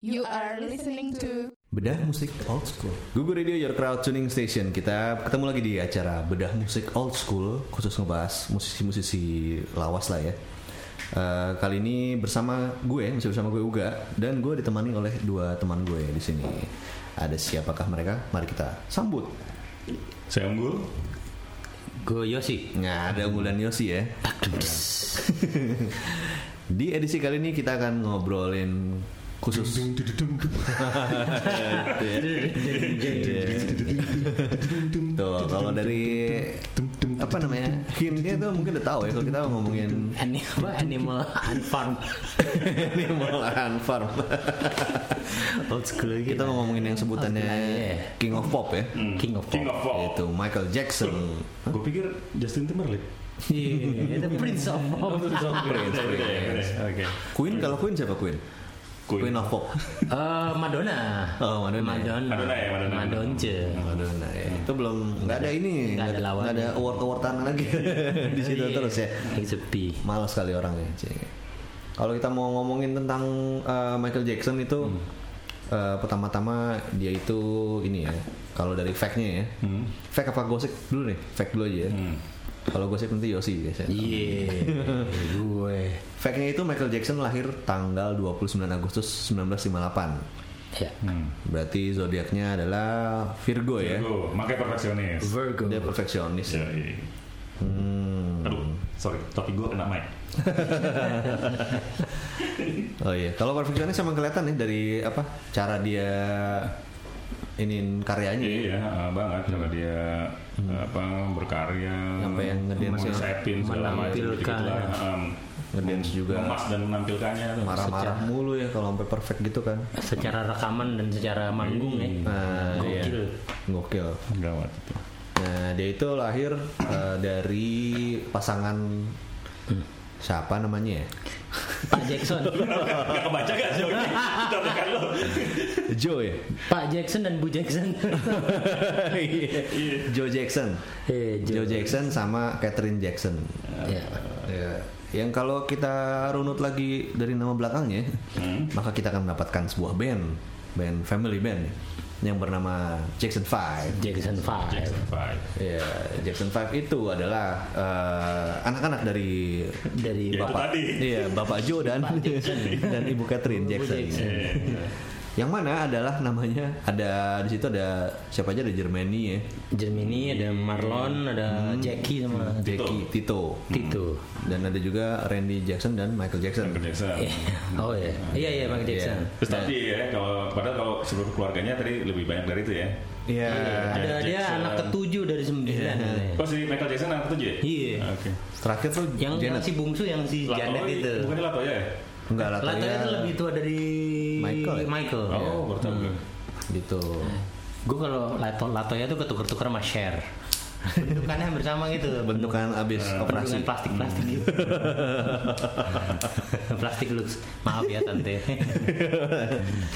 You are listening to Bedah musik old school. Google Radio Your Crowd Tuning Station. Kita ketemu lagi di acara Bedah Musik Old School khusus ngebahas musisi-musisi lawas lah ya. Eh, kali ini bersama gue, masih bersama gue Uga dan gue ditemani oleh dua teman gue di sini. Ada siapakah mereka? Mari kita sambut. Saya unggul. Gue Yosi. Nah, ada unggulan Yosi ya. di edisi kali ini kita akan ngobrolin khusus Iya. Tuh, kalau dari apa namanya hintnya tuh mungkin udah tahu ya kalau kita ngomongin Ani apa? Animal Unfarm. animal and farm. Old school lagi. kita mau ngomongin yang sebutannya king of pop ya. King of King of Pop. Pop. Itu Michael Jackson. Gue pikir Justin Timberlake. Iya, The Prince of Oh, Pop. Prince, Beda, beda, Prince. beda. Oke. Queen kalau Queen siapa Queen? Queen. of pop. Eh, Madonna. Oh, Madonna. Madonna. Madonna ya, Madonna. Madonce. Madonna ya. Itu belum nggak ada ini. Nggak ada lawan. Nggak ada award awardan lagi di situ Iya, terus ya. lagi sepi. Malas sekali orangnya. Cik. Kalau kita mau ngomongin tentang uh, Michael Jackson itu Hmm. uh, pertama-tama dia itu ini ya. Kalau dari fact-nya ya. Hmm. Fact apa gosip dulu nih? Fact dulu aja ya. Hmm. Kalau gosip nanti Yosi biasanya. Iya. Gue. Fact-nya itu Michael Jackson lahir tanggal 29 Agustus 1958. Ya. Hmm. Berarti zodiaknya adalah Virgo ya. Gue makai perfeksionis. Virgo. Iya. Dia perfeksionis Hmm. ya. Yoi. Hmm. Aduh, sorry, tapi gue kena mic. Oh iya, kalau perfeksionis emang kelihatan nih dari apa cara dia inin karyanya. Iya, Hmm. iya, banget kalau dia apa berkarya, Sampai yang ngedance ya. mengonsepin segala macam, Menampilkan. dikit-dikit lah, em, Ngedance juga. Mengemas dan menampilkannya tuh. Marah-marah mulu ya kalau sampai perfect gitu kan. Secara rekaman dan secara manggung ya. Hmm. Nah, iya. Gokil. Gokil. Gawat itu. Nah, dia itu lahir eh, dari pasangan siapa namanya ya? Pak Jackson. Gak kebaca gak sih? Oke, Kita tekan lo. Joe ya? Pak Jackson dan Bu Jackson. Joe Jackson. Eh, Joe Jackson sama Catherine Jackson. Ya. Ya. Yang kalau kita runut lagi dari nama belakangnya, Hmm. maka kita akan mendapatkan sebuah band, band family band yang bernama Jackson Five. Jackson 5. Baik. Ya, Jackson Five itu adalah eh, anak-anak dari Dari Ya, itu bapak, tadi. iya bapak Joe dan dan ibu Catherine Jackson. Eh, Yang mana adalah namanya ada di situ ada siapa aja ada Germany ya, Germany ada Marlon, ada Hmm. Jackie sama Jackie Tito. Hmm. Tito. Dan ada juga Randy Jackson dan Michael Jackson. Jackson. Oh ya, iya iya Michael Jackson. Terus tapi ya, kalau padahal kalau seluruh keluarganya tadi lebih banyak dari itu ya. Iya. Ada Jackson. dia anak ketujuh dari sembilan. katanya. Oh si Michael Jackson anak ketujuh ya? Eh. Iya. Oke. Terakhir tuh Yang, yang Janet. si bungsu yang si Latoya- Janet itu. Bukannya Latoya ya? Enggak lah, Latoya itu lebih tua dari Michael ya? Michael. Oh, baru tahu gue. gitu. Nah. Gue kalau Lato Latoya itu ketukar-tukar sama Cher. Bentukannya hampir sama gitu. Bentukan abis Nah, operasi. Bentukan plastik-plastik gitu. plastik lux. Maaf ya tante.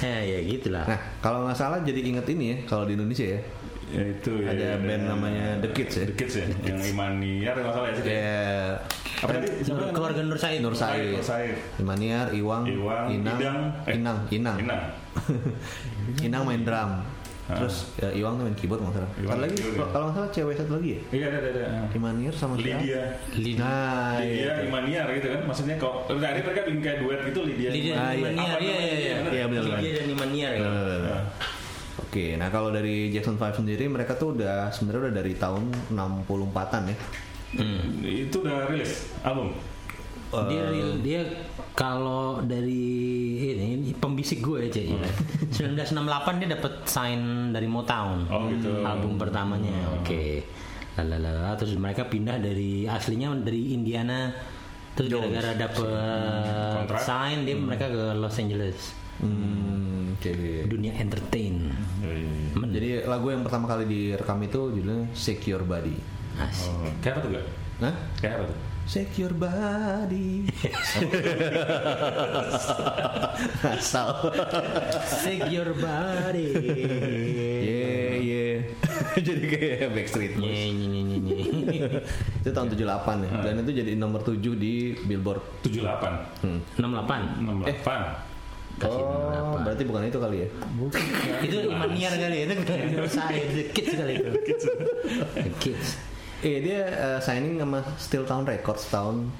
ya, ya gitulah. Nah, kalau nggak salah jadi inget ini ya, kalau di Indonesia ya. Ya itu ya. Ada band namanya The Kids ya. The Kids ya. Yang Imaniar kalau nggak salah ya. sih. Ya, Apa tadi? Nur- keluarga Nur Said. Nur Said, Nur Said. Imaniar, Iwang, Iwang, Inang, Idang, eh, Inang, Inang, Inang. Ah. Inang main drum. Terus ya, Iwang tuh main keyboard nggak salah. Iwang Satu lagi, keyboard, ya. kalau nggak salah cewek satu lagi ya. Iya ada ada ada. Imaniar sama siapa? Lydia. Lin- Nah, Lydia Imaniar gitu kan. Maksudnya kalau tadi mereka bikin kayak duet gitu Lydia. Lidia Ah, dan iya. Maniar, Apa iya namanya? iya iya. Iya, benar, Lidia benar. dan Maniar. ya. Nah. Oke, nah kalau dari Jackson 5 sendiri mereka tuh udah sebenarnya udah dari tahun 64-an ya. Itu udah rilis album. Dia real- dia kalau dari ini, ini pembisik gue aja ya. 1968 dia dapat sign dari Motown. Oh, gitu. Album pertamanya. Oke. Lalalala, terus mereka pindah dari aslinya dari Indiana terus gara-gara dapet Kontrak. sign dia mereka ke Los Angeles. Hmm, oke. Dunia entertain. Men- Jadi lagu yang pertama kali direkam itu judulnya Secure Body. Asik. Oh, Kayak apa tuh gak? Nah, Kayak apa tuh? Secure Body. Asal. Shake your body. Yeah, yeah. jadi kayak Backstreet Boys. Nye, nye, nye, nye, nye. Itu tahun 78 ya. Dan itu jadi nomor 7 di Billboard. 78. 68. 68. Eh, kasih Oh, 68. berarti bukan itu kali ya? itu imaniar kali ya, itu bukan saya the kids kali itu the kids Iya dia eh, signing sama Steel Town Records tahun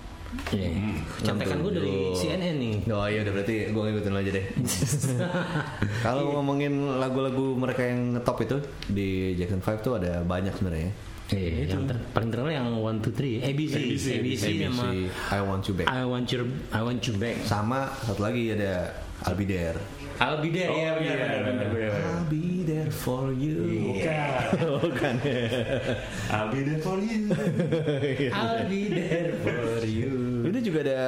Iya. contekan gue dari CNN nih Oh iya udah berarti gue ngikutin aja deh. Kalau ngomongin lagu-lagu mereka yang ngetop itu di Jackson 5 tuh ada banyak sebenarnya. Eh, yang ter- paling terkenal yang one two three ABC ABC, sama Si I Want You Back. I want your I want you back Sama satu lagi ada I'll Be There. I'll be there Oh, iya, ya benar benar benar, benar benar I'll Be There for You. Bukan. I'll be there for you. I'll be there for you Ini juga ada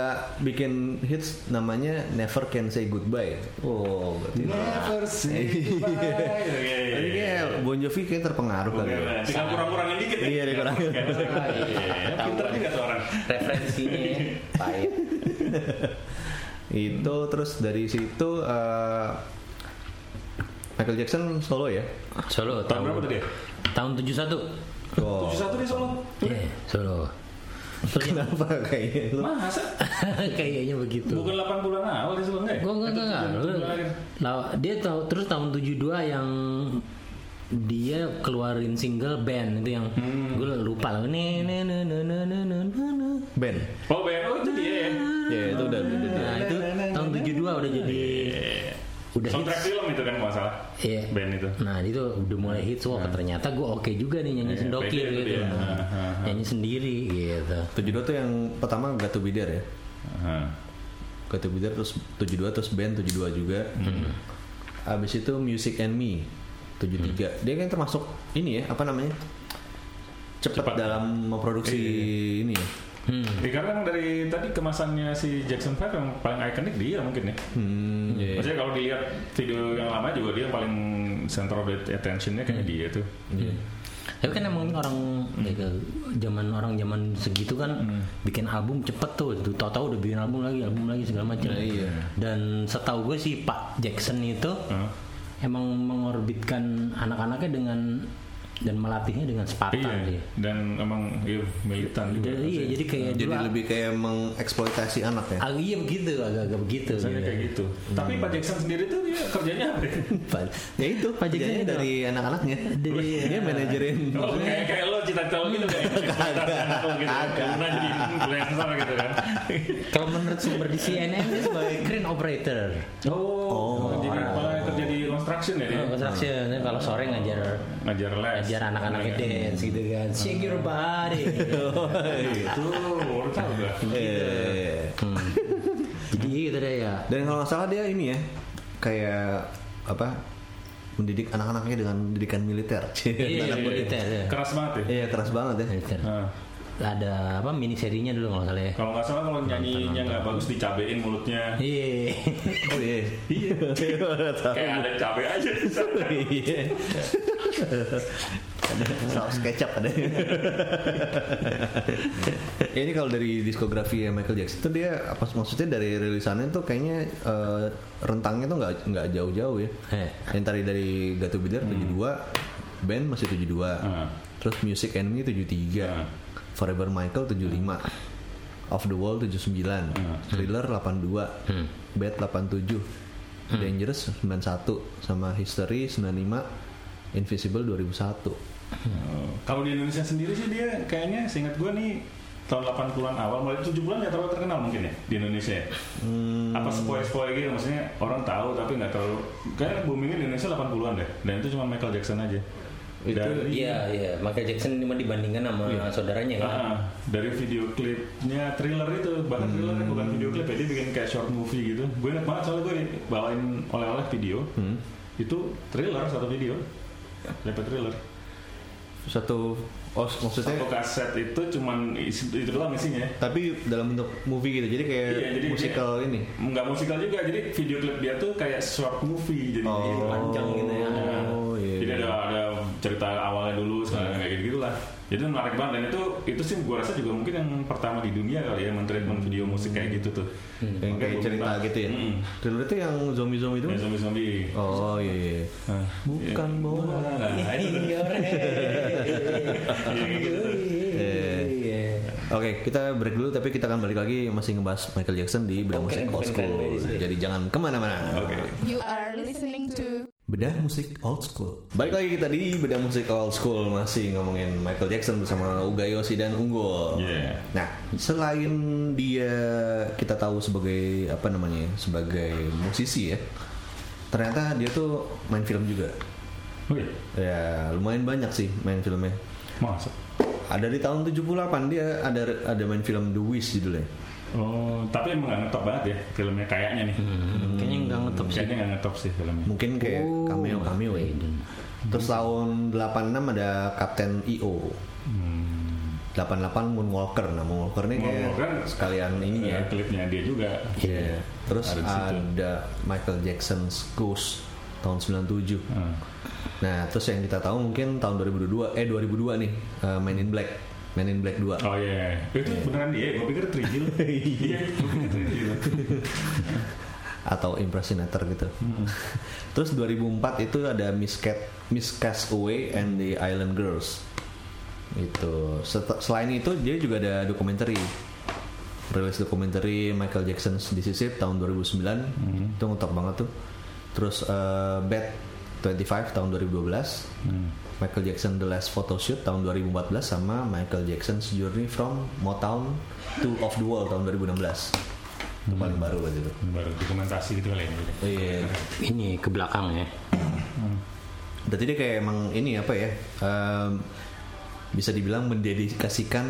bikin hits namanya Never Can Say Goodbye. Oh, berarti. Never say Tadi goodbye. kayak Iya, Bon Jovi kayak terpengaruh kali. ya. Tinggal kurang-kurangin dikit ya. Iya, dikurangin. Iya, Pinter juga tuh orang. referensinya baik itu terus dari situ eh, Michael Jackson solo ya Solo Tahun berapa tadi ya? tahun 71 oh 71 di Solo. Iya, Solo Terus yang- kenapa kayaknya lu Masa? kayaknya begitu Bukan 80-an awal di Solo enggak ya? Gue enggak enggak enggak. Lu- lawa- Nah, dia tahu terus tahun 72 yang dia keluarin single band itu yang Hmm. gue lupa lah. Ne ne ne ne ne ne ne ne, ne. band Oh, Ben. Oh, itu dia ya. ya itu udah udah- udah. Nah, itu tahun 72 udah jadi udah Iya, Soundtrack hits. film itu kan kalau nggak salah. Iya. Band itu. Nah, itu udah mulai hits wah ternyata gue oke juga nih nyanyi Iya, sendokir pede itu gitu. dia. Nah, Ah, Nyanyi sendiri gitu. 72 tuh yang pertama Got to Be There ya Aha. Got to Be There terus 72 terus band 72 juga abis itu Music and Me 73 dia kan termasuk ini ya apa namanya cepat, Cepat. dalam memproduksi ini ya. Hmm. Ya, karena emang dari tadi kemasannya si Jackson 5 yang paling ikonik dia mungkin ya. Hmm, iya, iya. Maksudnya kalau dilihat video yang lama juga dia yang paling center of attention-nya kayaknya Hmm. dia tuh. Iya. Tapi kan emang orang ya ke- zaman orang zaman segitu kan bikin album cepet tuh, tuh tahu-tahu udah bikin album lagi, album lagi segala macam. Nah, iya. Dan setahu gue sih Pak Jackson itu Hah? emang mengorbitkan anak-anaknya dengan dan melatihnya dengan Spartan Iya. sih. Dan emang iya, militan juga. Jadi, iya, jadi kayak jadi dulu- lebih kayak mengeksploitasi anak ya Ah, iya begitu, agak-agak begitu. Misalnya gitu. kayak gitu. Tapi Pak Jackson sendiri tuh dia kerjanya apa? ya? Pak- ya itu Pak kerjanya Jackson itu. iya. dari anak-anaknya dia manajerin Oh, kayak kayak lo cita-cita lo gitu kayak eksploitasi gitu. Karena jadi influencer gitu kan. Kalau menurut sumber di CNN dia sebagai crane operator. Oh, jadi malah kerja di construction ya dia. Oh, Construction, kalau sore ngajar Ngajar les. ajar anak-anaknya dance gitu kan shake your body Itu baru tahu gua. Eh. jadi gitu deh ya Dan kalau nggak salah dia ini ya kayak apa mendidik anak-anaknya dengan pendidikan militer. Iya, Anak militer, ya. Keras banget ya. Iya keras banget ya. Militer. Nah, ada apa mini serinya dulu kalau nggak salah ya kalau nggak salah kalau nyanyinya nggak bagus dicabein mulutnya. iya Oh iya. Iya. Kayak ada cabe aja. di sana. Iya. Ada saus kecap ada. Ya, ini kalau dari diskografi ya Michael Jackson itu dia apa maksudnya dari rilisannya tuh kayaknya eh, rentangnya tuh nggak nggak jauh-jauh ya. Eh. Yang tadi dari Gato Bider 72, band masih 72. Hmm. Terus Music Enemy 73. Hmm. Forever Michael 75. Off the Wall 79. Hmm. Thriller 82. Hmm. Bad 87. Hmm. Dangerous 91 sama History 95. Invisible 2001. Oh, Kalau di Indonesia sendiri sih dia kayaknya seingat gue nih tahun 80-an awal mulai 70-an ya terlalu terkenal mungkin ya di Indonesia ya. Apa spoil-spoil gitu maksudnya orang tahu tapi nggak terlalu kayaknya boomingnya di Indonesia 80-an deh dan itu cuma Michael Jackson aja. dari, iya iya Michael Jackson cuma dibandingkan sama saudaranya kan Ah, dari video klipnya thriller itu bahkan thriller bukan video klip ya dia bikin kayak short movie gitu gue ingat banget soalnya gue bawain oleh-oleh video itu thriller satu video dapat thriller Satu oh, maksudnya satu kaset itu cuman isi, itu doang isinya tapi dalam bentuk movie gitu. Jadi kayak Iya, jadi musical ini. nggak musikal juga jadi video klip dia tuh kayak short movie jadi Oh. panjang gitu ya Oh, iya. jadi ada ada cerita awalnya dulu sekarang kayak gitu gitulah Jadi itu menarik banget dan itu itu sih gua rasa juga mungkin yang pertama di dunia kali ya men-treatment video musik kayak gitu tuh. Yang Makanya Hmm. kayak gua cerita bilang, gitu ya. "Hmm, Trailer itu yang zombie-zombie itu. kan? ya, zombie-zombie. Oh iya iya. Nah, Bukan iya. bola. Nah, itu tuh. Iya, kayak gitu. Iya. Oke, kita break dulu tapi kita akan balik lagi masih ngebahas Michael Jackson di bedah musik old school. Jadi jangan kemana-mana. Oke. You are listening to Bedah musik old school. Balik lagi kita di bedah musik old school masih ngomongin Michael Jackson bersama Uga Yossi dan Unggul. Iya. Nah, selain dia kita tahu sebagai apa namanya ya, sebagai musisi ya, ternyata dia tuh main film juga. Wih, Ya lumayan banyak sih main filmnya. masuk. Ada di tahun 78 dia ada ada main film The Wish judulnya. Oh, tapi emang gak ngetop banget ya filmnya kayaknya nih. Hmm. Hmm, Kayaknya nggak ngetop sih. Kayaknya gak ngetop sih filmnya. Mungkin kayak Oh, cameo cameo ya. Terus tahun 86 ada E Kapten EO. Hmm. 88 Moonwalker. Nah, Moonwalker ini kayak Moonwalker. sekalian ini ya. Ya, klipnya dia juga. Iya. Terus Ada di situ. ada Michael Jackson's Ghost tahun 97. Hmm. Nah, terus yang kita tahu mungkin tahun 2002 eh 2002 nih uh, Men in Black. Men in Black 2. Oh iya, itu beneran dia. Gue pikir Trijil. Iya, gue pikir Trijil. atau impersonator gitu. Terus 2004 itu ada Miss Cat, Miss Castaway and the Island Girls. Itu. Set- Selain itu dia juga ada dokumenter rilis dokumenter Michael Jackson's This Is It tahun 2009 itu ngetop banget tuh. Terus eh, Bad 25 tahun 2012. Hmm. Michael Jackson The Last Photoshoot tahun 2014 sama Michael Jackson's Journey from Motown to Off the Wall tahun 2016. Itu paling baru waktu itu. Ini Baru dokumentasi gitu kali ya. Iya. Ini ke belakang ya. Berarti dia kayak emang ini apa ya? em, bisa dibilang mendedikasikan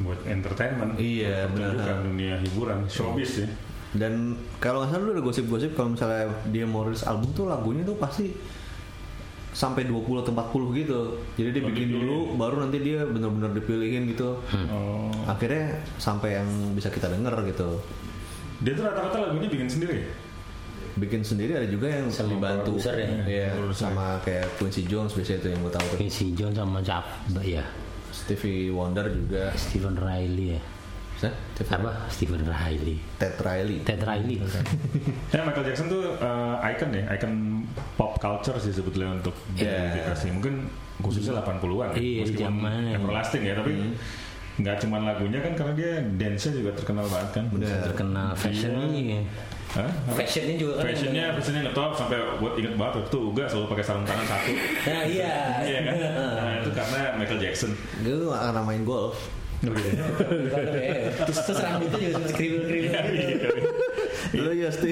Buat entertainment. Iya, benar. Bukan dunia hiburan, showbiz ya. dan kalau nggak salah dulu ada gosip-gosip kalau misalnya dia mau rilis album tuh lagunya tuh pasti sampai 20 atau 40 gitu. Jadi dia Oh, bikin dipilih. dulu baru nanti dia bener-bener dipilihin gitu. Oh. Akhirnya sampai yang bisa kita denger gitu. Dia tuh rata-rata lagunya bikin sendiri. ya? Bikin sendiri ada juga yang Sama dibantu produser ya? Iya, Produser. sama kayak Quincy Jones biasanya itu yang gue tahu tuh. Quincy Jones sama Cap, ya. Stevie Wonder juga. Steven Riley ya. Stevie- Apa? Steven Riley. Ted Riley. Ted Riley. Ya Michael Jackson tuh eh, icon ya, icon pop culture sih sebetulnya untuk Iya. diidentifikasi. Mungkin khususnya 80-an. Iya, meskipun zamannya. everlasting ya, tapi nggak cuma lagunya kan karena dia dance-nya juga terkenal banget kan. Iya. Bener. Terkenal fashionnya. Hah? Iya. Fashionnya juga kan. Fashionnya, fashionnya ngetop sampai buat inget banget waktu itu Uga selalu pakai sarung tangan satu. Nah, iya. Iya kan? Nah, itu karena Michael Jackson. Gue akan main golf. kan? Terus terus rambutnya juga cuma skribel-skribel. Lo ya Sti.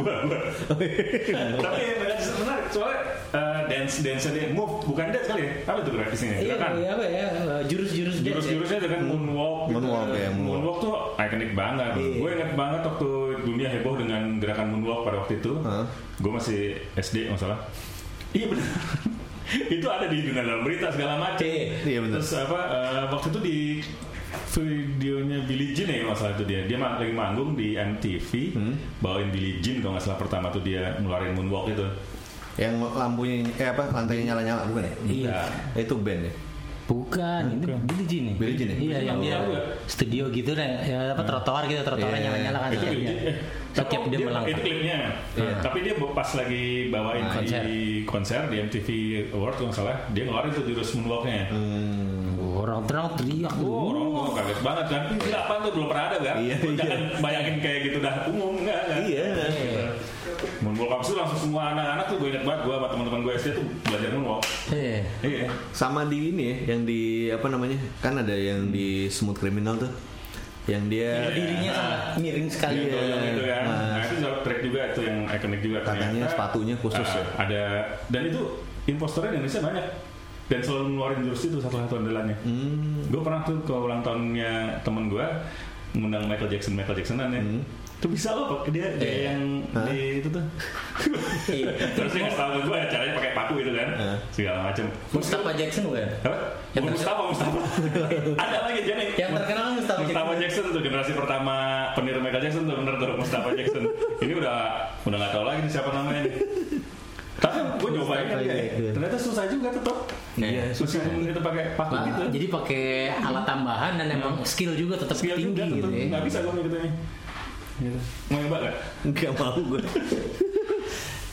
Gua, gua. Tapi ya, Michael Jackson menarik soalnya eh, dance dance dia move bukan dance kali ya. Apa tuh grafisnya? Iya, Silakan. iya, apa ya? Jurus-jurus dia. Jurus-jurusnya itu kan moonwalk gitu. Hmm. Moonwalk, ya, moonwalk. Moonwalk tuh ikonik banget Iya. Gue inget banget waktu dunia heboh dengan gerakan moonwalk pada waktu itu Hah? Gue masih SD masalah Iya bener Itu ada di dunia dalam berita segala macam Iya, iya, bener. Terus apa eh, Waktu itu di videonya Billie Jean ya masalah itu dia Dia ma- lagi manggung di MTV Hmm. Bawain Billie Jean kalau nggak salah pertama tuh dia ngeluarin moonwalk itu Yang lampunya eh apa lantainya nyala-nyala bukan ya? Iya. Nah, Itu band ya. Bukan, ini Billie Jean nih. Billie Jean ya? Iya, yang dia Oh. studio gitu deh, ya, apa trotoar gitu, trotoarnya Iya. nyala-nyala kan. Itu Iya. klipnya. Eh, Setiap tapi dia Itu melangkah. klipnya. Iya. Tapi dia pas lagi bawain Nah, konser. di konser di MTV Award kalau nggak salah, dia ngeluarin tuh jurus moonwalknya. Hmm. Orang-orang teriak. Oh, orang orang kaget banget kan. Itu apa tuh belum pernah ada kan? Iya, Lu iya. Jangan bayangin kayak gitu dah umum enggak kan? Iya. Moonwalk abis itu langsung semua anak-anak tuh gue inget banget gue sama teman-teman gue SD tuh belajar moonwalk. Iya. Iya. Sama di ini ya, yang di apa namanya? Kan ada yang di Smooth Criminal tuh. Yang dia Dirinya sangat miring sekali. Iya. ya. Yang goyang itu kan. Mas. Nah, itu juga track juga itu yang ikonik juga. Katanya Ternyata, sepatunya khusus ah, ya. Ada dan itu impostornya di Indonesia banyak dan selalu ngeluarin jurus itu satu-satu andalannya. Hmm. Gue pernah tuh ke ulang tahunnya temen gue ngundang Michael Jackson Michael Jacksonan ya. Hmm. Itu bisa loh pak dia, Iya. dia yang di itu tuh. Iya. Terus dia ngasih tau ke gue caranya pakai paku gitu kan. Segala macam. Mustafa Jackson bukan? Apa? Yang Bukan Mustafa, Mustafa. Ada lagi jadi. Yang terkenal Mustafa Mustafa Jackson tuh generasi pertama peniru Michael Jackson tuh bener tuh Mustafa Jackson. Ini udah udah nggak tahu lagi nih siapa namanya. nih. Tapi gue nyobain kan playback, ya. iya. Ternyata susah juga tetap. Iya, susah. Meskipun kita pakai paku Nah, gitu. Jadi pakai alat tambahan dan emang Iya. skill juga tetap Skill tinggi juga gitu tetap ya. nggak bisa gue ngikutinnya. Gitu. Mau nyoba nggak? Nggak mau gue.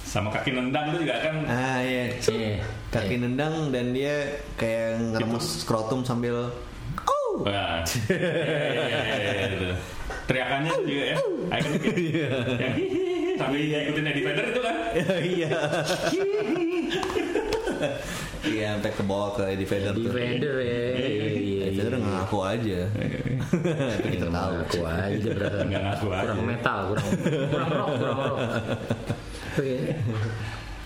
Sama kaki nendang itu juga kan. ah iya. Iya. Kaki nendang dan dia kayak ngeremes skrotum sambil oh. Wah. Iya, iya, iya, iya, gitu. Teriakannya itu juga ya. Ikonik. ya. Yang Sambil ngikutin Eddie Vedder itu kan. Iya. Iya, sampai ke bawah ke Eddie Vedder Di tuh. Vader ya. Iya, Eddie Vedder ngaku aja. Tapi kita tahu. Aku aja berasa. Nggak ngaku aja. Kurang metal, kurang kurang rock, kurang rock. ya. Oke.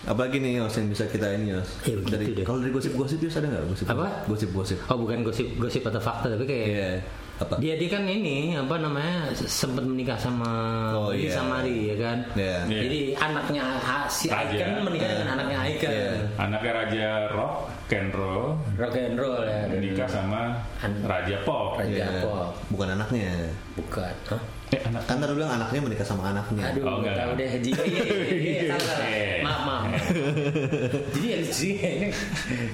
Apalagi nih Yos yang bisa kita ini Yos. Ya, begitu Dari deh. kalau dari gosip-gosip Yos ada nggak gosip? Apa? Gosip-gosip. Oh bukan gosip gosip atau fakta tapi kayak Iya. Apa? dia dia kan ini apa namanya sempat menikah sama Oh, Budi iya. Samari ya kan. Iya. Iya. Jadi anaknya ah, si Raja. Icon menikah dengan anaknya Icon. Iya. Anaknya Raja Rock, Kenro, Rock and roll ya. nikah sama Raja Pop. Raja Iya. Pop. Bukan anaknya. Bukan. Hah? Eh, anak Kan tadi bilang anaknya menikah sama anaknya. Aduh, Oh, oh, enggak. tahu deh Jika. Iya, iya, iya, iya, salah, salah. Eh. Maaf, maaf. Jadi ya Jika ini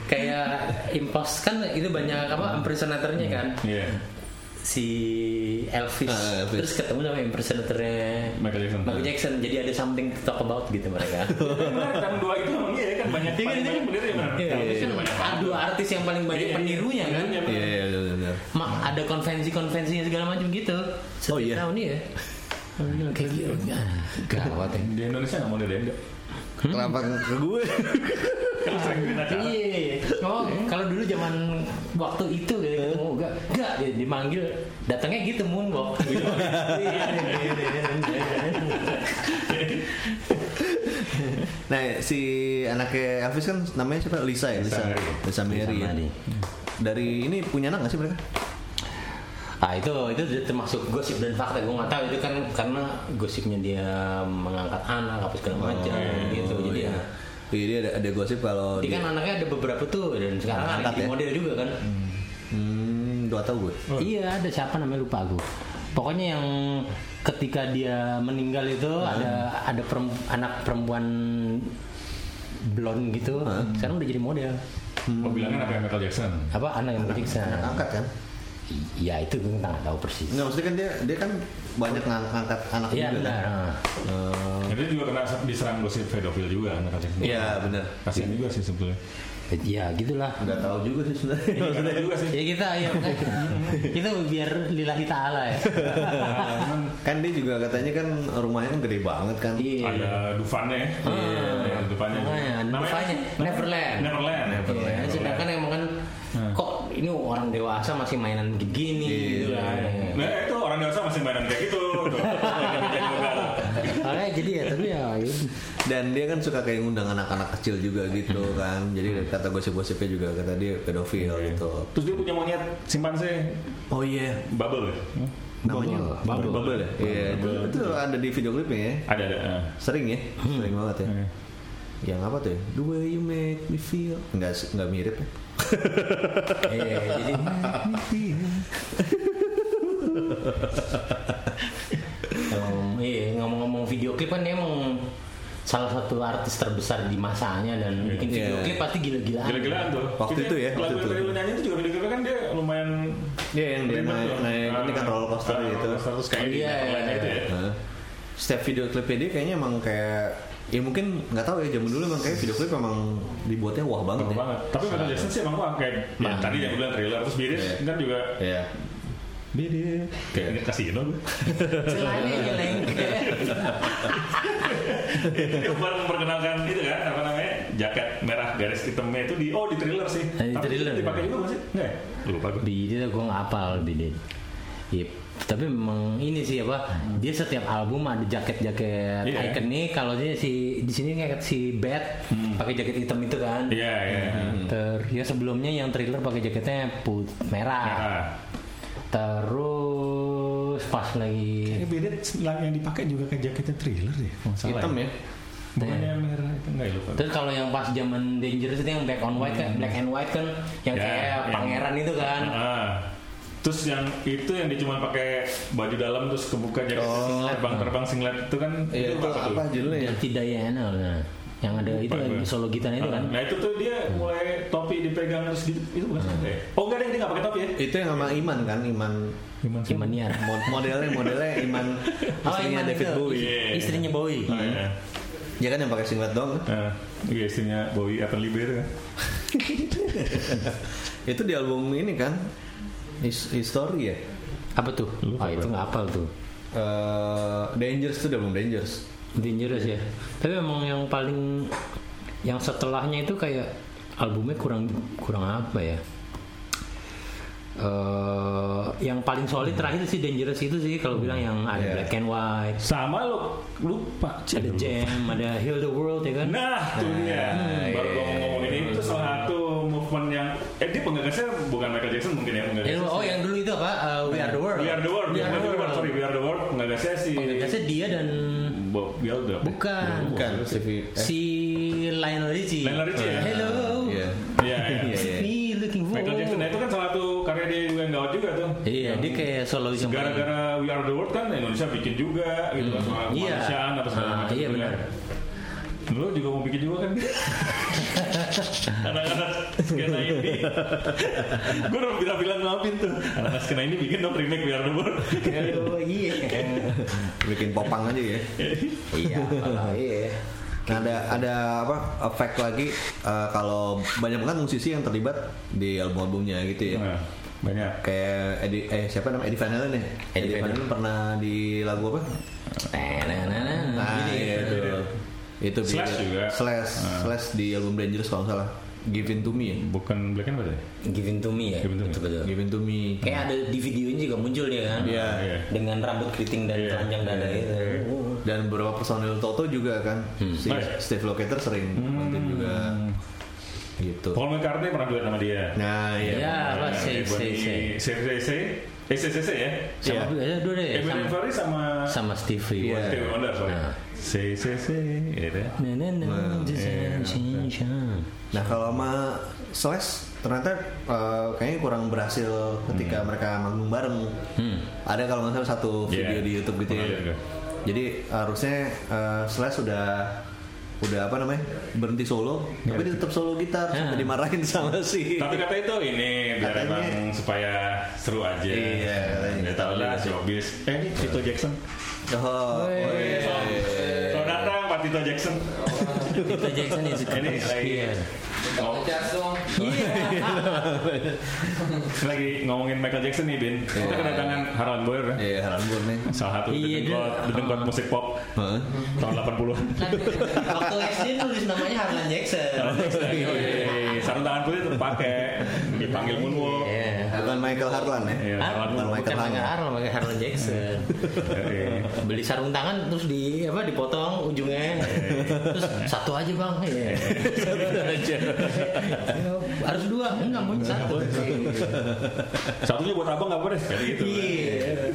kayak impos kan itu banyak apa impersonatornya kan. Iya. Si Elvis. Ah, Elvis. terus ketemu sama impersonatornya Michael Jackson. Michael Jackson. Jadi ada something to talk about gitu mereka. Kan dua itu emang iya kan banyak banyak Iya, iya. banyak bener ya bener. Iya, Tapi sih iya. banyak banget. Dua artis yang paling banyak Iya, penirunya iya, kan. iya, Iya, bener. iya, iya, benar. Mak ada konvensi-konvensinya segala macam gitu. Setiap Oh, iya. tahun iya. Kayak gitu. Ah, Gawat ya. Di Indonesia nggak mau denda. Kenapa ke gue? Kan sering kita acara. Iya, iya, iya. Oh, kalau dulu zaman waktu itu kayak Eh. ketemu enggak, enggak dia dimanggil datangnya gitu moonwalk. Iya, Nah, si anaknya Elvis kan namanya siapa? Lisa ya? Lisa Lisa. Mary. Lisa Mary. Lisa ya? Mary. Dari ini punya anak nggak sih mereka? ah itu itu termasuk gosip dan fakta gue nggak tahu itu kan karena gosipnya dia mengangkat anak apa segala macam gitu jadi ya. Oh, Iya, dia ada, ada gosip kalau Dia dia, kan anaknya ada beberapa tuh dan sekarang kan Angkat jadi ya? model juga kan. Hmm, dua tahu gue. Iya, ada siapa namanya lupa aku. Pokoknya yang ketika dia meninggal itu ada ada perem- anak perempuan blonde gitu. Sekarang udah jadi model. Hmm. Mau bilangnya apa Michael Jackson? Apa anak yang Michael Jackson? Anak angkat kan? Iya, itu gue nggak tahu persis. Nggak maksudnya kan dia dia kan banyak ngang- ngangkat anak Iya, juga benar. kan. Nah, Eh, Jadi juga kena diserang gosip pedofil juga kan Michael Jackson. Iya, bener. Kasian juga sih sebetulnya. Iya, gitulah. Nggak tahu juga sih sebenarnya. Maksudnya juga sih. Ya kita ya kita biar lillahi taala ya. Nah, Cuman kan dia juga katanya kan rumahnya kan gede banget kan. Iya. ada dufannya ya. Iya, Ah, dufannya. makanya, ada dufannya. ya. Neverland. Neverland. Iya, Neverland. sedangkan emang kan kok ini orang dewasa masih mainan begini gitu lah. Nah itu orang dewasa masih mainan kayak gitu. Tuh. Jadi gagal. Makanya jadi ya tapi ya gitu. Dan dia kan suka kayak ngundang anak-anak kecil juga gitu kan. Jadi kata gosip-gosipnya juga kata dia pedofil gitu. Terus dia punya monyet simpanse Oh iya. bubble. ya? Namanya Bubble. Bubble, ya? Iya, itu, itu ada di video klipnya ya. Ada ada. eh. Sering ya, sering banget ya. Iya. Yang apa tuh? ya? The way you make me feel. Enggak enggak mirip ya. Iya, jadi Em, iya, ngomong-ngomong video klip kan dia emang salah satu artis terbesar di masanya dan bikin video Iya. klip pasti gila-gilaan. Gila-gilaan tuh. Waktu Jadi, itu ya, waktu Lagu yang itu. tadi lu nyanyi itu juga video klipnya kan dia lumayan Iya, yang dia ribet naik- tuh. naik Ah, ini kan roller coaster ah, gitu. roller coaster, Terus kayak di Iya. Neverland itu ya. Hah? Setiap video klipnya dia kayaknya emang kayak ya mungkin nggak tahu ya zaman dulu emang kayak video klip emang dibuatnya wah banget Keren ya. Nah. banget. Tapi Michael Jackson sih emang wah kayak ya, tadi yang gue bilang thriller terus biris Iya. kan juga Iya. biris kayak ini kasino gue. Celananya Iya. jelek. Dia baru memperkenalkan itu kan apa namanya jaket merah garis hitamnya itu di oh di thriller sih. Eh, Ah, di Tapi Thriller. Dipakai juga nggak sih? Nggak. ya? Lupa gue. di itu gue nggak apal bidin Iya, tapi memang ini sih apa dia setiap album ada jaket-jaket Iya. ikonik kalau dia si di sini ngeket si Bat pakai jaket hitam itu Hmm. kan Iya iya. Hmm. Ter, ya sebelumnya yang thriller pakai jaketnya put merah. Nah, Terus pas lagi Ya, Ini beda yang dipakai juga ke jaketnya thriller deh. kalau nggak salah Hitam ya. bukannya merah itu enggak ya lupa. Iya. terus kalau yang pas zaman Dangerous itu yang black on white kan, black and white kan yang Ya, kayak yang- pangeran itu kan. Ah. Terus yang itu yang dia cuma pakai baju dalam terus kebuka Oh. jaket Iya, singlet, terbang terbang singlet itu kan Iya, itu apa judulnya ya? Dirty Diana. Nah. yang ada itu Lupa gue. lagi solo gitar itu kan Nah itu tuh dia mulai topi dipegang terus gitu itu bukan Hmm. santai. Oh enggak deh dia nggak pakai topi ya. Iya. Itu yang sama Iman kan, Iman Ya, Gimana Iman Niar mod- modelnya modelnya Iman Oh, istrinya Iman David gitu. itu. Bowie. Iya. Istrinya Bowie. Iya. Ya kan yang pakai singlet dong. Nah, iya istrinya Bowie Evan Libero kan. Itu di album ini kan His- History ya. apa tuh oh itu nggak apal tuh Eh, Dangerous tuh di album Dangerous. dangerous ya tapi emang yang paling yang setelahnya itu kayak albumnya kurang kurang apa ya eh yang paling solid terakhir sih dangerous itu sih kalau bilang yang ada Iya. black and white Sama lo lupa. ada jam ada heal the world ya kan Nah, tuh iya, dia. Baru gua mau ngomong ini itu salah satu movement yang eh dia penggagasnya bukan Michael Jackson mungkin ya Yang penggagasnya. dulu- oh yang dulu itu apa? Uh, We Are the World. We are the world, We Are the World. sorry, we are the world. Penggagasnya si Penggagasnya dia dan Bob Geldof. bukan Bukan Stevie. eh, si Lionel Richie. Lionel Richie, ya? Hello. Iya. Iya, iya. Iya, iya. me looking for Michael Jackson nah, itu kan salah satu karya dia juga yang gawat juga tuh. Iya, dia kayak solo yang Gara-gara We Are the World kan Indonesia bikin juga gitu kan soal Iya. kemanusiaan apa segala Ah, macam. iya, gitu benar. Kan. Lu juga mau bikin juga kan? Anak-anak skena ini. Gue udah bilang bilang maafin tuh. Anak-anak skena ini bikin dong remake We Are the World. Iya. Bikin popang aja ya. Iya. apalah, Iya. Nah, ada ada apa efek lagi eh, kalau banyak banget musisi yang terlibat di album-albumnya Iya. gitu ya. Nah, banyak. Kayak Eddie, eh siapa namanya Eddie Van Halen ya? Eddie, Van Halen pernah di lagu apa? Nah, nah, Ah, nah, nah. Nah, Gini, iya, itu. Itu Slash beda. juga. Slash, Nah. slash di album Dangerous kalau nggak salah. Give in to me ya. Bukan Black and White ya? Giving to me ya. Giving to me. Betul betul. Give in to me. Ah, Kayak ada di videonya juga muncul dia kan. Iya. Iya. Dengan rambut keriting dan Iya. telanjang dada gitu. itu. Dan beberapa personil Toto juga kan. Si Nah, ya. Steve Lukather sering Hmm. bantuin juga. Gitu. Paul McCartney pernah duet sama dia. Nah, iya. Iya. apa, Nah, say, say, Ebony- say. say, say, say. Eh, say, say, say ya? Sama ada dua deh. Ebony Sama, and Ferry sama sama Stevie. Iya. Stevie Wonder sorry. Nah. Say, say, say. Iya deh. Nah, nah, nah, just iya, a sunshine. Nah, kalau sama Slash ternyata eh, kayaknya kurang berhasil ketika mereka manggung bareng. Ada kalau nggak salah satu video Hmm. Iya. di YouTube gitu ya. Pernah lihat gue. Jadi harusnya eh, Slash udah udah apa namanya berhenti solo, tapi dia tetap solo gitar sampai dimarahin sama si. Iya. Tapi kata itu ini biar Katanya- emang supaya seru aja. Iya, katanya. Nggak tahu lah si Obis. Eh, ini Tito Jackson. Oh, iya. Kalau datang Pak Tito Jackson. Peter Iya, Jackson is a Ini lagi ngom- lagi ngomongin Michael Jackson nih Bin. Kita kedatangan Harlan Boyer. ya. Iya, Haran Burn nih. Salah satu Iya. Iya, dia- dedengkot, dedengkot musik pop Heeh. tahun Iya, 80-an. Waktu SD nulis namanya Harlan Jackson. iya. Hei, Sarung tangan putih tetap pakai, dipanggil moonwalk. Iya. Bukan Michael Harlan ya. Iya, Ah, Harlan bukan moonwalk. Michael Michael Harlan. Harlan, pakai Harlan Jackson. Iya. Beli sarung tangan terus di apa dipotong ujungnya. Terus satu aja bang. Iya. Satu aja. Iya, Harus dua, enggak mau satu. Satunya buat abang nggak apa deh? Kayak gitu. Iya.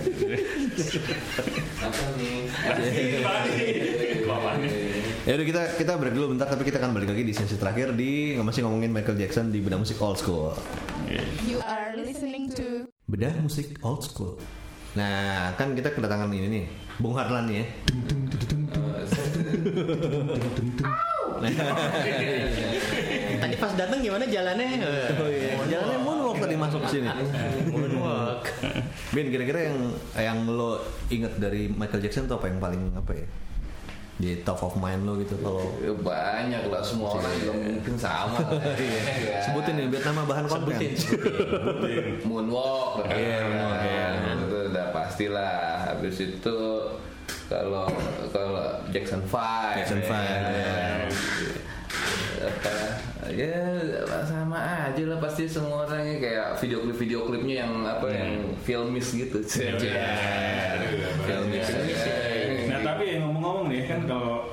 Bapaknya. Ya udah kita kita break dulu bentar tapi kita akan balik lagi di sesi terakhir di masih ngomongin Michael Jackson di bedah musik old school. You are listening to Bedah musik old school. Nah, kan kita kedatangan ini nih, Bung Harlan nih ya. Oh, Tadi pas datang gimana jalannya? Oh, iya. Jalannya moonwalk tadi masuk ke sini. Moonwalk. Bin, kira-kira yang yang lo inget dari Michael Jackson tuh apa yang paling apa ya? Di top of mind lo gitu kalau Ya, banyak lah semua orang Iya. juga mungkin sama lah. Ya. sebutin nih biar nama bahan konten. Sebutin. moonwalk kan? Iya, moonwalk, iya. itu udah pastilah habis itu kalau kalau Jackson Five Jackson Five, iya. apa ya sama aja lah pasti semua orangnya kayak video klip video klipnya yang apa Iya. yang filmis gitu filmis Nah tapi yang ngomong-ngomong nih kan kalau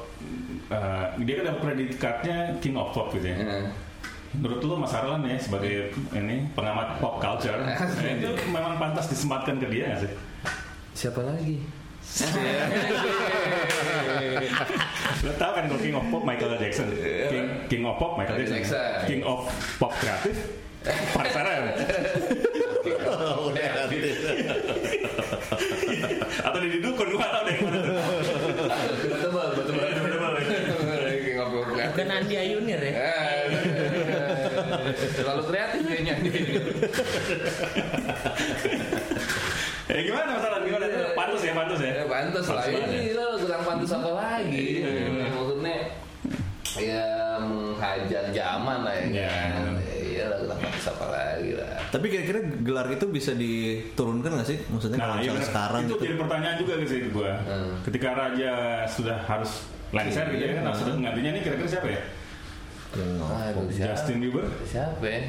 eh, dia kan ada predikatnya King of Pop gitu ya. Iya. Menurut lo Mas Harlan ya sebagai ini pengamat pop culture nah, itu memang pantas disematkan ke dia nggak sih? siapa lagi Lo tau kan kalau King of Pop Michael Jackson, King, King of Pop Michael Michael Jackson, ya? Jackson. King of Pop ya? kreatif Paris Saran atau di dukun gua tau deh. betul betul betul betul bukan Andi Ayunir ya. Eh, Terlalu kreatif kayaknya. Eh gimana Mas Alan? Gimana? Pantas ya, pantas ya. Ya pantas lah. Pantas banget Ini lo kurang pantas apa lagi? Iya, iya. Maksudnya ya menghajar zaman lah ya. Iya, kan? benar. Iya lah kurang pantas apa lagi lah. Tapi kira-kira gelar itu bisa diturunkan nggak sih? Maksudnya kalau Nah, iya misalnya bener. sekarang itu gitu. jadi pertanyaan juga sih ke gua. Hmm. Ketika raja sudah harus lengser gitu ya kan, harus sudah menggantinya ini kira-kira siapa ya? Aduh, Ah, siapa? Oh, Justin Bieber. Siapa ya?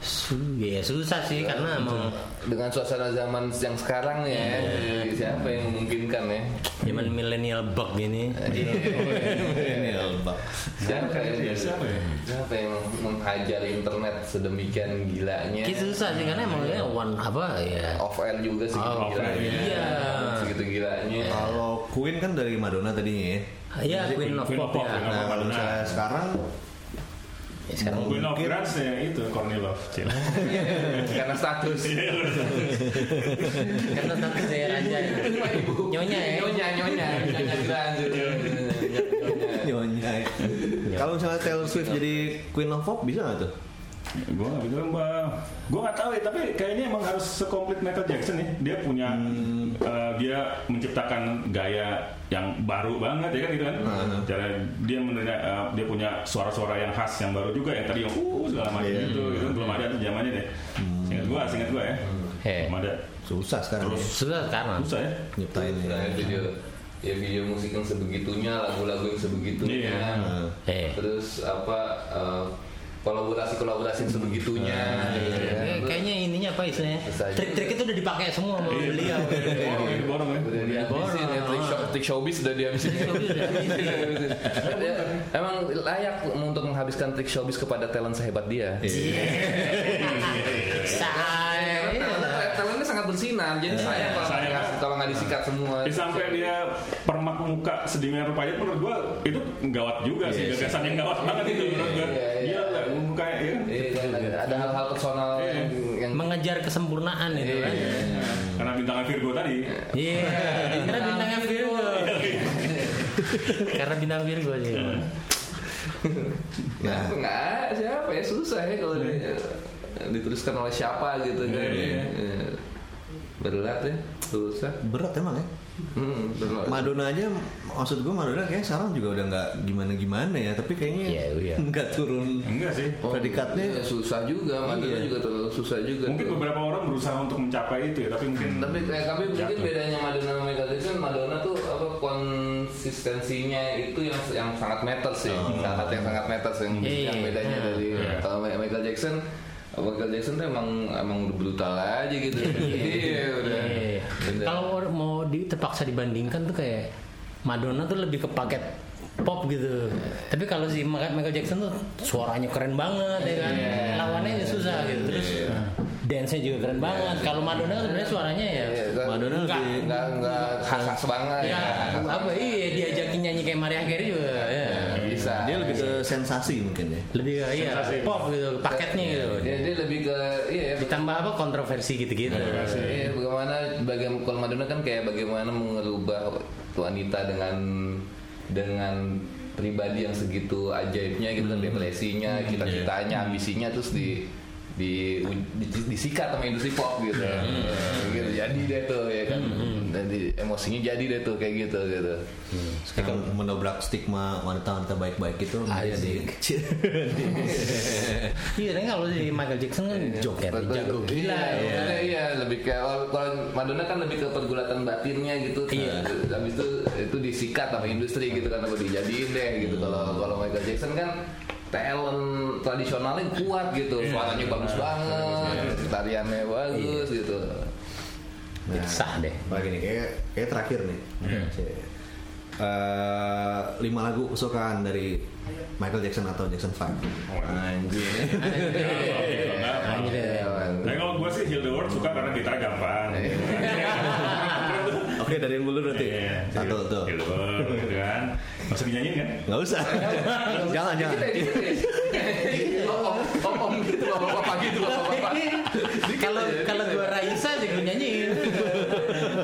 Su- iya, ya susah sih karena emang Dengan suasana zaman yang sekarang Iya, ya, siapa yang memungkinkan ya? zaman milenial bug gini. Ini lebak. Siapa Ya, yang siapa ya? siapa yang menghajar internet sedemikian gilanya? Kayak susah sih karena emang ya one apa ya. Off air juga segitu Gitu. Oh, off air, Oh, gilanya. iya. Segitu gilanya. Kalau Queen kan dari Madonna tadinya ya. Ya Queen of Queen Pop Pop, ya. Queen Nah, of kalau Madonna. misalnya sekarang Ya, Sekarang Queen of Grants ya itu Courtney Love. Cil. Karena status. Iya. karena tante saya raja. ya. Nyonya ya. Iya, Nyonya, Iya. nyonya, nyonya Granz. Nyonya. nyonya. Iya. Kalau misalnya Taylor Swift jadi Queen of Pop bisa nggak tuh? Gue gak bilang mbak Gue gak tahu ya Tapi kayaknya emang harus sekomplit Michael Jackson ya Dia punya Hmm. eh, Dia menciptakan gaya yang baru banget ya kan gitu kan Cara dia menerima, eh, dia punya suara-suara yang khas yang baru juga yang tadi yang uh segala macam Iya. gitu, gitu kan. belum ada tuh zamannya deh. Hmm. Singkat gua, singkat gua ya. Heh. Belum ada. Susah sekarang ya. Susah kan, sekarang. Susah ya. Nyiptain ya. Nah, video ya video musik yang sebegitunya, lagu-lagu yang sebegitunya. Iya. Eh. Terus apa eh, kolaborasi-kolaborasi yang sebegitunya. Ah, iya, gitu kan. Ya, kayaknya ininya apa istilahnya? Bisa aja. Trik-trik itu udah dipakai semua sama beliau. Borong ya, diborong ya. Udah dihabisin ya, trick show, trick showbiz udah dihabisin. Ya, Emang layak untuk menghabiskan trick showbiz kepada talent sehebat dia. Iya. Saya. Iya. Talent- Talentnya sangat bersinar, jadi sayang kalau Iya. Sayang. nggak- kalau nggak disikat semua. Ya, sampai dia permak muka sedemikian rupa aja menurut gua itu gawat juga sih gagasan yang gawat banget itu menurut gua Iya, iya. gila lah muka ya kan Iya, kan, ada ada hal-hal personal Iya. yang, yang Iya. Mengejar kesempurnaan itu kan. karena bintangnya Virgo tadi Iya. Karena bintangnya Virgo. Karena bintang Virgo sih. Nah, Aku nggak siapa ya susah ya kalau di- dituliskan oleh siapa gitu kan. Iya. Iya. Berat ya, susah. berat emang ya. Hmm, berat. Madonna aja maksud gue Madonna kayaknya sekarang juga udah nggak gimana gimana ya tapi kayaknya Iya, iya. nggak turun enggak sih Oh, predikatnya iya, susah juga, Madura juga terlalu susah juga. mungkin tuh. beberapa orang berusaha untuk mencapai itu ya tapi mungkin tapi kayak tapi mungkin bedanya Madonna sama Michael Jackson Madonna tuh apa konsistensinya itu yang yang sangat matters sih sangat yang sangat matters yang, Iya. yang bedanya Iya. dari Iya. kalau Ma- Michael Jackson Michael Jackson tuh emang emang udah brutal aja gitu iya udah Iya. Bener. Kalau or- mau di- terpaksa dibandingkan tuh kayak Madonna tuh lebih ke paket pop gitu. Tapi kalau si Michael Michael Jackson tuh suaranya keren banget ya kan. Iya. Lawannya ya susah gitu. Terus dance-nya juga keren banget. Kalau Madonna kan sebenarnya suaranya ya Iya, kan? Madonna nggak lebih- nggak nggak khas banget ya, khas Iya. apa banget. iya diajakin nyanyi kayak Maria Carey juga Iya. ya. bisa dia lebih iya. ke sensasi mungkin ya Lebih ke iya Sensasi. pop gitu, paketnya gitu. Iya, dia lebih ke iya ya, Ditambah apa kontroversi gitu-gitu. Iya, bagaimana bagaimana kalau Madonna kan kayak bagaimana mengubah wanita dengan dengan pribadi yang segitu ajaibnya gitu kan depresinya, cita-citanya, ambisinya terus di di, di- disikat sama industri pop gitu. gitu. Jadi deh tuh ya kan. Jadi emosinya jadi deh tuh kayak gitu gitu. sekarang mendobrak stigma wanita-wanita baik-baik itu Ah, iya dia di kecil Iya, tapi kalau si Michael Jackson kan joget, Betul. jago gila. Iya, ya. maksudnya iya, lebih ke kalau kalau Madonna kan lebih ke pergulatan batinnya gitu. Iya. Nah, Habis itu itu disikat sama industri gitu kan apa dijadiin deh gitu. Kalau kalau Michael Jackson kan talent tradisionalnya kuat gitu. Suaranya bagus banget, tariannya bagus gitu. Jadi sah deh. Apalagi Nah, nih, kayak, kayak terakhir nih. Cek. Eh, lima lagu kesukaan dari Michael Jackson atau Jackson 5 Anjir. Nah, Nah, kalau gue sih Heal the World suka karena gitar gampang. Oke dari yang dulu berarti Iya, Satu tuh Heal the World gitu kan. Masih dinyanyiin kan? Nggak usah. ya? jangan, jangan. Om, om, om gitu, om, bapak gitu, om, bapak. Kalau ya, kalau gua Raisa sih gua nyanyiin.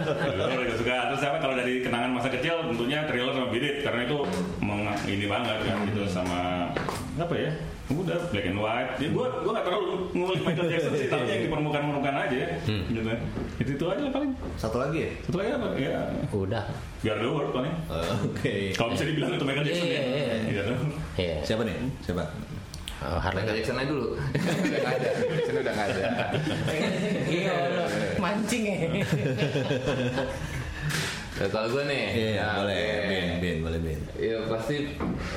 Thriller juga suka. Terus apa kalau dari kenangan masa kecil tentunya thriller sama Birit karena itu meng, ini banget kan gitu sama apa ya? Udah black and white. Ya, gua gua gak terlalu ngulik Michael Jackson sih, tapi yang di permukaan-permukaan aja ya. Gitu. Itu itu aja lah paling. Satu lagi ya? Satu lagi apa? Ya, Udah. biar the world paling. Eh, Oke. Kalau bisa dibilang itu Michael Jackson Iya, ya. iya, iya. Biar the world. Iya. Siapa nih? Siapa? Oh, Harley Michael Davidson. Jackson aja dulu. Udah nggak ada. Jackson udah nggak ada. Iya, udah. mancing ya. Nah, kalau gue nih, Iya, nah, boleh. oke. Ben, Ben, boleh Ben. Ya pasti,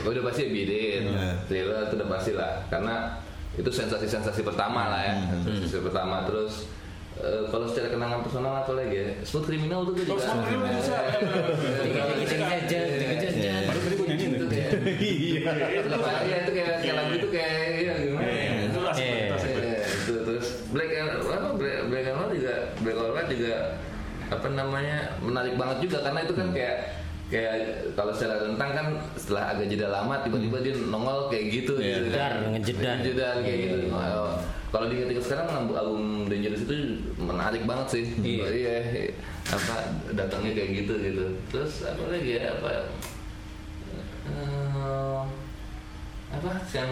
udah pasti bidin, Iya. thriller itu udah pasti lah, karena itu sensasi-sensasi pertama lah ya, Hmm. sensasi pertama terus. eh, kalau secara kenangan personal apa lagi ya? Smooth Criminal tuh gue Oh, juga. Iya. Smooth Criminal bisa. Dikit-dikit aja, dikit-dikit aja. Baru tadi gua nyanyiin Itu tuh. kayak, Iya. iya, itu kayak, kayak lagu itu kayak, iya gimana Iya, ya? iya. Itu asik, Iya. itu asik. Iya, itu terus Black and apa Black, Black and White juga Black and White juga apa namanya menarik banget juga karena itu kan kayak kayak kalau secara rentang kan setelah agak jeda lama tiba-tiba dia nongol kayak gitu Iya. gitu Jedar, ngejedar. Ngejedar kayak gitu. Oh, Kalau diingat-ingat sekarang kan album- album Dangerous itu menarik banget sih. Iya. Apa datangnya kayak gitu gitu. Terus apa lagi ya apa eh, apa yang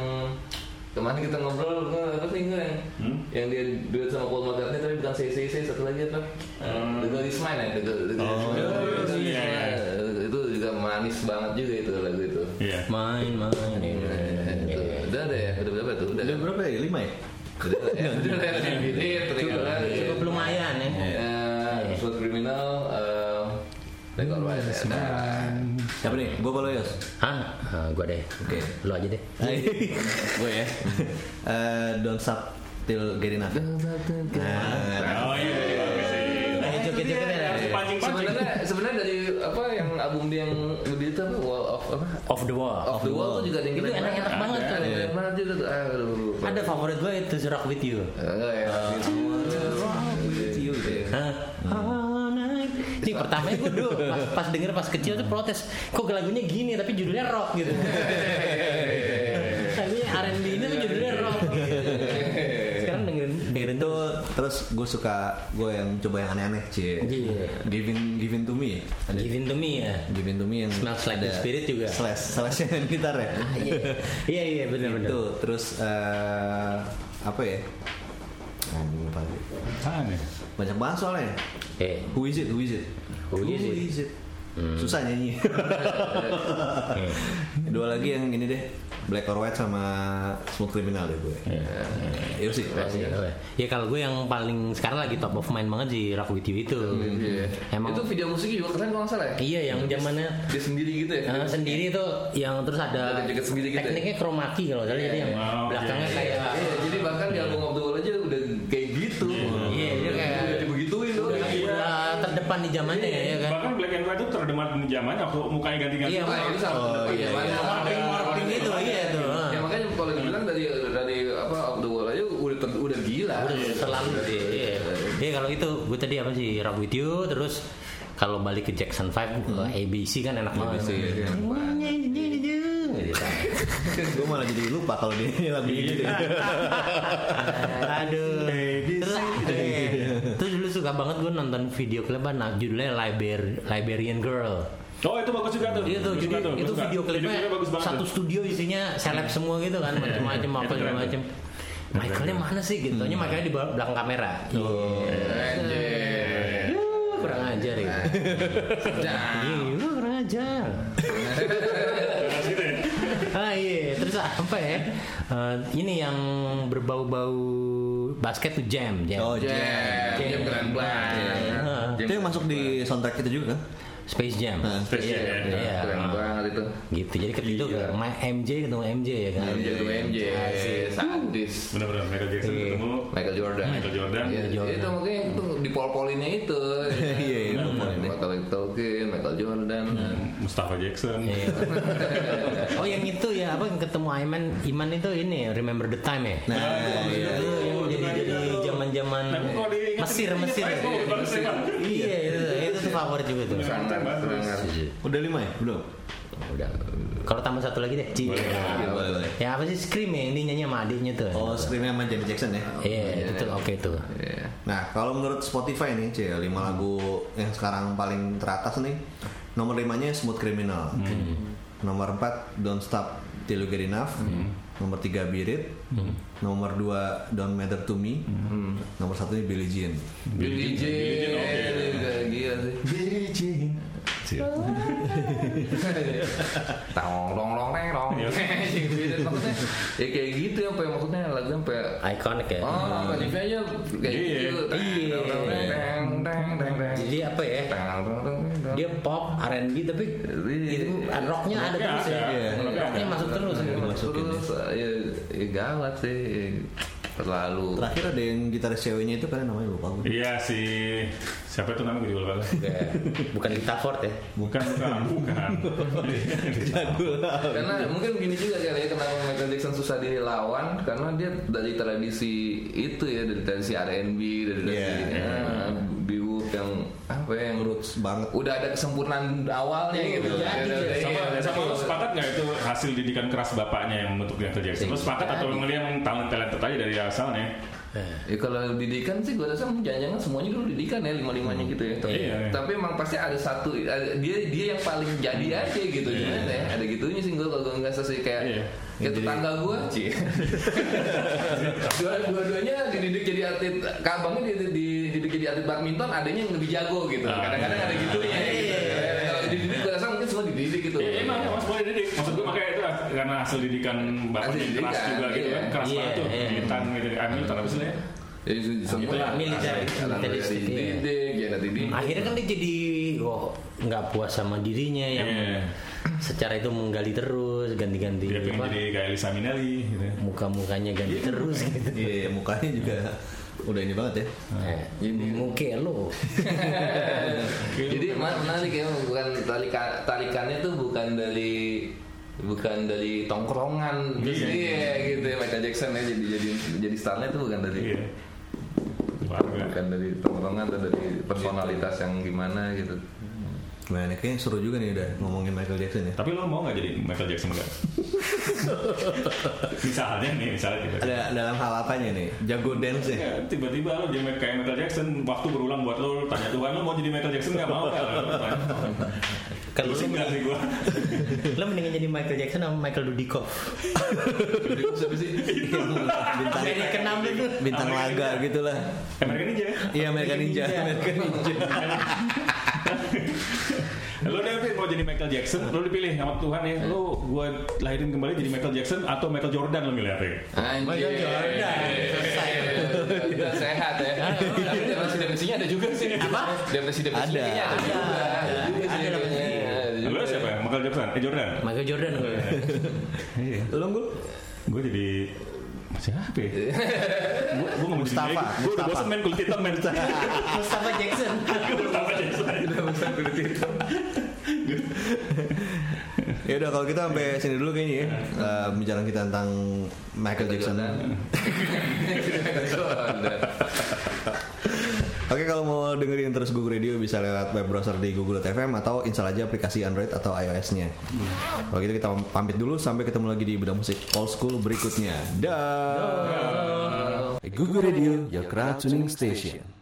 kemarin kita ngobrol eh, apa sih gue yang, Hmm? yang dia duet sama Paul McCartney tapi bukan say say say satu lagi apa Eh, The Girl Is Mine ya The Girl, The Girl Is Mine. Oh, The Girl Is iya, iya. Mine. itu juga manis banget juga itu lagu itu Iya. Main, main. Iya, Itu. udah deh ya udah berapa tuh Udah udah kan? berapa ya? Lima ya? Udah lah ya. Udah lah ya. Ini teringat. Cukup lumayan ya. Eh, Smooth Criminal, eh, Black or White, ya. Nah, Siapa nih? Gue kalau Yos. Hah? Ah, gua deh. Oke. Lu aja deh. Gue ya. Eh, Don't stop till get Iya, enough. Nah, Oh iya, iya, bagus sih. Nah, joget-joget ya. Harus dipancing-pancing. Sebenarnya sebenarnya dari apa yang album dia yang gede itu apa Wall of apa? Off the wall. Of the Wall tuh juga ada yang Itu keren banget. enak-enak banget Ada tuh. yang keren banget juga tuh. Aduh. Ada favorit gue itu Rock With You. Eh, ya. Ah, Hah? Oh, night. Ini pertamanya gue dulu pas, pas denger pas kecil tuh protes Kok lagunya gini tapi judulnya rock gitu Lagunya R&B ini tapi judulnya rock gitu. Sekarang dengerin dengerin itu tuh terus gue suka gue yang coba yang aneh-aneh cie. Iya. Giving Giving to me. Ada Giving to me ya Giving to me yang Smells Like Teen ada Spirit juga. Slash, slash yang gitar ya. Iya iya bener bener Itu terus eh, apa ya? Anjing, lupa lagi. Apaan ya? Banyak banget soalnya. Eh Who is it? Who is it? Who is it? Hmm. it? Susah nyanyi. Dua lagi yang ini deh, Black or White sama Smooth Criminal deh gue. Iya sih. Ya kalau gue yang paling sekarang lagi top of mind banget sih Rock With You itu iya. Emang iya. Itu video musiknya juga keren kalau nggak salah ya? Iya yang zamannya Dia sendiri gitu ya? Nah, sendiri itu yang terus ada Ada jaket sendiri gitu ya? tekniknya chroma key kalau salah jadi yang Wow, belakangnya iya, kayak Iya, jadi bahkan di album of the Wall aja udah kayak gitu. Iya, dia kayak- Udah Iya. dibegituin tuh. udah terdepan di zamannya ya kan. Bahkan Black and White itu terdemat di zamannya waktu mukanya ganti-ganti. Iya, Nah, itu sama Oh, depannya, iya, mana? Warping warping itu iya tuh. Ya makanya kalau dibilang dari dari apa of the Wall aja udah udah gila. Udah terlalu deh. Iya. Iya, kalau itu gue tadi apa sih Rock With You terus kalau balik ke Jackson Hmm. 5 ke ABC kan enak Oh, banget. iya. iya. Iya, gue malah jadi lupa kalau dia lagu Iya. gitu. Aduh. Terus, iya. eh, terus dulu suka banget gue nonton video klip nah, judulnya Liber- Liberian Girl. Oh itu bagus juga tuh. Iya tuh, Bagus jadi juga tuh, itu bagus juga. video klipnya bagus banget. satu tuh. studio isinya seleb semua gitu kan, macam-macam apa Itu keren Hmm. segala tuh. macam. Michaelnya mana sih gitu? Nya Michaelnya di bawah- belakang kamera. Iya. Yuh, kurang ajar ya. Iya, kurang ajar. Bagus gitu ya. Ah iya, terus apa ya? Eh, ini yang berbau-bau basket tuh jam, jam. Oh, Jam. Jam, jam keren banget. Jam. Itu yang masuk di soundtrack kita juga kan? Space Jam. Nah, Spesial ya. Iya. kan? Keren banget itu. Gitu. Jadi ketemu Iya. sama MJ ketemu MJ ya kan. MJ tuh MJ, sadis. Benar-benar Michael Jackson ketemu Michael Jordan. Michael Jordan. Iya, Iya. Jordan. itu mungkin itu di pol-polinnya itu. Kan? Iya, iya, pol-polinnya. Michael Tolkien, Michael Jordan. Hmm. Mustafa Jackson. Iya. oh yang itu ya apa yang ketemu Iman Iman itu ini Remember the Time ya. Nah, iya. itu yang jadi jadi zaman zaman Nah, kalau diingat- Mesir ingat Mesir. Bagus, bagus, bagus. Iya itu itu tuh favorit juga tuh. sangat sangat Udah lima ya? Belum? Udah. Kalau tambah satu lagi deh. Ci. Ya, boleh, boleh. Ya apa sih Scream ya yang dia nyanyi sama adiknya tuh. Oh, screennya sama Janet Jackson ya? Iya, itu oke tuh. Iya. Nah, kalau menurut Spotify nih, C, 5 lagu yang sekarang paling teratas nih. Nomor 5-nya Smooth Criminal. Hmm. Nomor 4 Don't Stop Till You Get Enough. Nomor 3 Beat It. Nomor 2 Don't Matter to Me. Nomor 1 Billie Jean. Billie Jean Billie Jean, oke. juga gila sih Billie Jean. tong rong rong reng rong Iya. maksudnya ya kayak gitu ya sampai maksudnya lagu sampai Iconic ya. oh lagunya aja kayak Iya. gitu Iya. Teng, teng, teng, teng. Jadi apa ya? Teng, teng, teng, teng. Dia pop, R&B tapi Iya. itu kan rocknya ada Rocknya terus ya. ada. Iya. Rocknya Rocknya ada. masuk terus. ya. terus ya, ya gawat sih terlalu Terakhir ada yang gitaris ceweknya itu kalian namanya lupa gue. Iya si siapa itu namanya gue juga lupa. Oke. Iya. Bukan kita Ford ya. Bukan bukan bukan. Iya. karena mungkin gini juga kali ya kenapa Michael Jackson susah dilawan karena dia dari tradisi itu ya dari tradisi R&B dari tradisi Iya. yeah. yang apa ya, yang Roots banget. udah ada kesempurnaan awalnya gitu iya, Ada- iya. ada- sama iya, sama ada- lo sepakat nggak itu hasil didikan keras bapaknya yang membentuk Michael Jackson? Lo sepakat atau lo ngeliat talent talented aja dari asalnya? Ya, kalau didikan sih gue rasa jangan-jangan semuanya dulu didikan ya lima limanya gitu ya. Tapi, Iya. tapi emang pasti ada satu ada- dia dia yang paling jadi Hmm. aja gitu gimana ya. Ada gitunya sih gue kalau gue nggak sih kayak Iya. kayak tetangga gue. Dua-duanya dididik jadi atlet kabangnya dididik, dididik jadi atlet badminton adanya yang lebih jago gitu. Ah. Kadang-kadang ada gitunya. Gitu. Iya, Kalau Dididik gue rasa mungkin semua dididik gitu. Iya emang emang semuanya didik. Maksud gue makanya itu karena hasil didikan bapaknya Hasil yang keras didikan, juga gitu iya. kan keras Iya, banget tuh iya. militan gitu. Hamilton apa sih? namanya? Jadi Itulah, semua Gitu ya, militer. Militeristik, iya. dididik, ya nanti dididik. Akhirnya kan dia jadi wah, nggak puas sama dirinya yang Iya. secara itu menggali terus ganti-ganti Dia pengen apa, jadi kayak Lisa Minelli gitu. muka-mukanya ganti terus gitu. Iya, mukanya juga udah ini banget ya. Eh, Muke lo. Jadi ma- menarik ya bukan tali ka- tarikannya tuh bukan dari bukan dari tongkrongan terus Iya. iya gitu ya Michael Jackson ya jadi jadi jadi starnya tuh bukan dari Iya. Keluarga. bukan dari tongkrongan atau dari personalitas yang gimana gitu. Nah, ini kayaknya seru juga nih udah ngomongin Michael Jackson ya. Tapi lo mau nggak jadi Michael Jackson enggak? misalnya nih, misalnya gitu. tiba-tiba. Ada dalam hal apanya nih? Jago dance ya? Ya, tiba-tiba lo jadi kayak Michael Jackson, waktu berulang buat lo, lo tanya Tuhan lo mau jadi Michael Jackson nggak mau kan? Kalau Kan Kalau sih nggak sih gue. lo mendingan jadi Michael Jackson sama Michael Dudikoff. Jadi siapa sih? Bintang Jadi kenam itu. bintang laga gitu lah. American Ninja. ya? Iya, American Ninja. American Ninja. Lo David mau jadi Michael Jackson, lo dipilih sama Tuhan ya, lo gue lahirin kembali jadi Michael Jackson atau Michael Jordan lo milih apa? ya? Anjir. Michael Iya, Jordan. Selesai. Udah sehat ya. Tapi depresi depresinya ada juga sih. Apa? Depresi depresinya Ada. ada juga. Iya, Ada juga sih. Ada depresi. Iya, Ada Lo juga. siapa? ya? Michael Jackson? Eh Jordan? Michael Jordan gue. Lu gue Gue jadi siapa ya? Gue gue mau jadi Mustafa, Gue udah Mustafa. bosan main kulit hitam main. Mustafa Jackson. Gue Mustafa Jackson. Ya udah kalau kita sampai sini dulu kayaknya ya. Eh, pembicaraan kita tentang Michael Jackson. Oke kalau mau dengerin terus Google Radio bisa lewat web browser di google.fm atau install aja aplikasi Android atau iOS-nya. Kalau gitu kita pamit dulu sampai ketemu lagi di Bedah Musik Old School berikutnya. Dah. Google Radio, your crowd tuning station.